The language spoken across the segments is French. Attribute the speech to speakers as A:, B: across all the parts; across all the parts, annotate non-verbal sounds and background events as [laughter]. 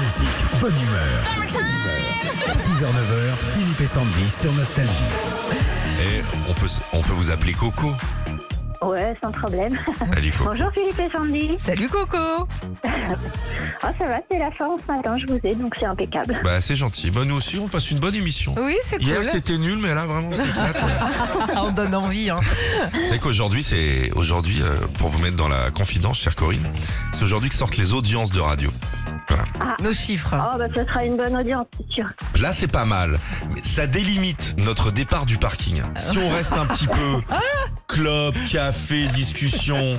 A: classiques, bonne humeur. 6h-9h, Philippe et Sandy sur Nostalgie.
B: Et on peut, on peut vous appeler Coco.
C: [laughs]
D: Ouais, sans problème. [laughs]
B: Salut Coco.
D: Bonjour Philippe et Sandy.
C: Salut Coco
D: Oh, ça va, c'est la forme ce matin, je vous ai, donc c'est impeccable.
B: Bah c'est gentil. Bah nous aussi on passe une bonne émission.
C: Oui, c'est
B: Hier
C: cool.
B: c'était nul mais là vraiment
C: [laughs]
B: c'est éclate.
C: On donne envie. Hein.
B: C'est qu'aujourd'hui c'est aujourd'hui euh, pour vous mettre dans la confidence chère Corinne, c'est aujourd'hui que sortent les audiences de radio.
C: Nos chiffres.
D: Oh, bah, ça sera une bonne audience, c'est sûr.
B: Là c'est pas mal, mais ça délimite notre départ du parking. Si on reste un petit
D: [laughs]
B: peu club, café, discussion,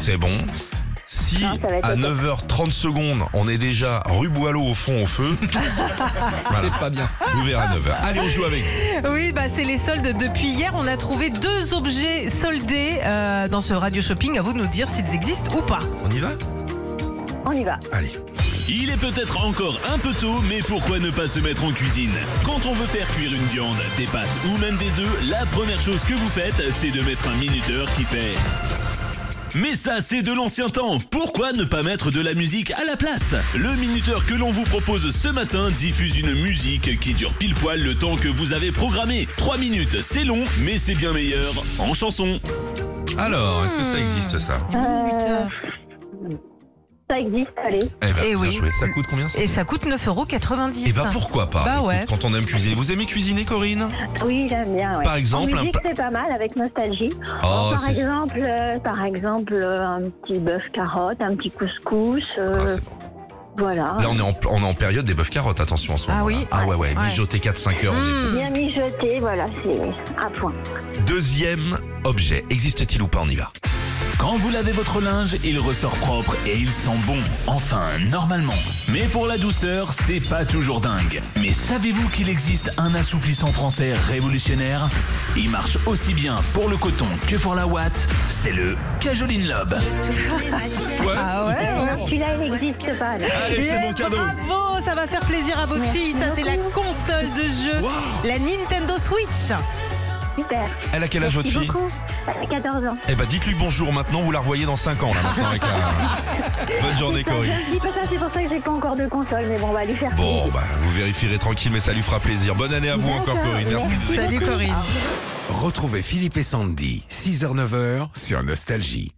B: c'est bon. Si
D: Non, ça va être
B: à
D: au top.
B: 9h30 secondes, on est déjà rue Boileau au fond au
D: [laughs]
B: feu, c'est pas bien. Vous verrez à 9h. Allez, on joue avec vous.
C: Oui, bah, c'est les soldes. Depuis hier, on a trouvé deux objets soldés euh, dans ce radio shopping. À vous de nous dire s'ils existent ou pas.
B: On y va
D: On y va.
B: Allez.
E: Il est peut-être encore un peu tôt, mais pourquoi ne pas se mettre en cuisine Quand on veut faire cuire une viande, des pâtes ou même des œufs, la première chose que vous faites, c'est de mettre un minuteur qui fait... Mais ça, c'est de l'ancien temps. Pourquoi ne pas mettre de la musique à la place Le minuteur que l'on vous propose ce matin diffuse une musique qui dure pile poil le temps que vous avez programmé. 3 minutes, c'est long, mais c'est bien meilleur en chanson.
B: Alors, est-ce que ça existe ça
C: Minuteur.
D: Ça existe,
B: Eh
D: allez.
B: ben,
C: Eh
B: bien
C: oui.
B: joué. Ça coûte combien ça
C: Et ça coûte 9,90
B: Eh ben pourquoi pas
C: Bah
B: Écoute,
C: ouais.
B: Quand on aime cuisiner, vous aimez cuisiner, Corinne
D: Oui, j'aime bien, ouais.
B: Par exemple,
D: En
B: un
D: musique,
B: pla-
D: c'est pas mal avec nostalgie.
B: Oh,
D: par,
B: c'est
D: exemple, euh, par exemple, euh, un petit bœuf carotte, un petit couscous,
B: ah,
D: euh,
B: c'est bon.
D: voilà.
B: Là, on est, en, on est en période des bœufs carottes, attention en ce
C: Ah
B: moment.
C: oui
B: Ah ouais, ouais,
C: Ouais.
B: mijoter 4-5 heures. on est
C: Hmm.
D: Bien mijoté, voilà, c'est à point.
B: bon. Deuxième objet, existe-t-il ou pas On y va.
E: Quand vous lavez votre linge, il ressort propre et il sent bon. Enfin, normalement. Mais pour la douceur, c'est pas toujours dingue. Mais savez-vous qu'il existe un assouplissant français révolutionnaire Il marche aussi bien pour le coton que pour la ouate. C'est le Cajoline Lobe.
C: [laughs] Ah ouais
B: Oh.
D: Non, Celui-là, il n'existe pas. là.
B: Allez,
C: Eh, Bravo, ça va faire plaisir à votre fille. Ça, c'est la console de jeu, la Nintendo Switch.
D: Super.
B: Elle a quel âge votre
D: Merci
B: fille
D: beaucoup. Elle a 14 ans.
B: Eh ben, dites-lui bonjour maintenant, vous la revoyez dans 5 ans, là, maintenant, avec la- Bonne journée, Corinne.
D: Je dis pas ça, c'est pour ça que j'ai pas encore de console, mais bon, on va lui faire
B: Bon,
D: plaisir.
B: bah, vous vérifierez tranquille, mais ça lui fera plaisir. Bonne année à vous encore, Corinne. Merci. de nous
C: Salut Corinne.
A: Retrouvez Philippe et Sandy, 6h-9h sur Nostalgie.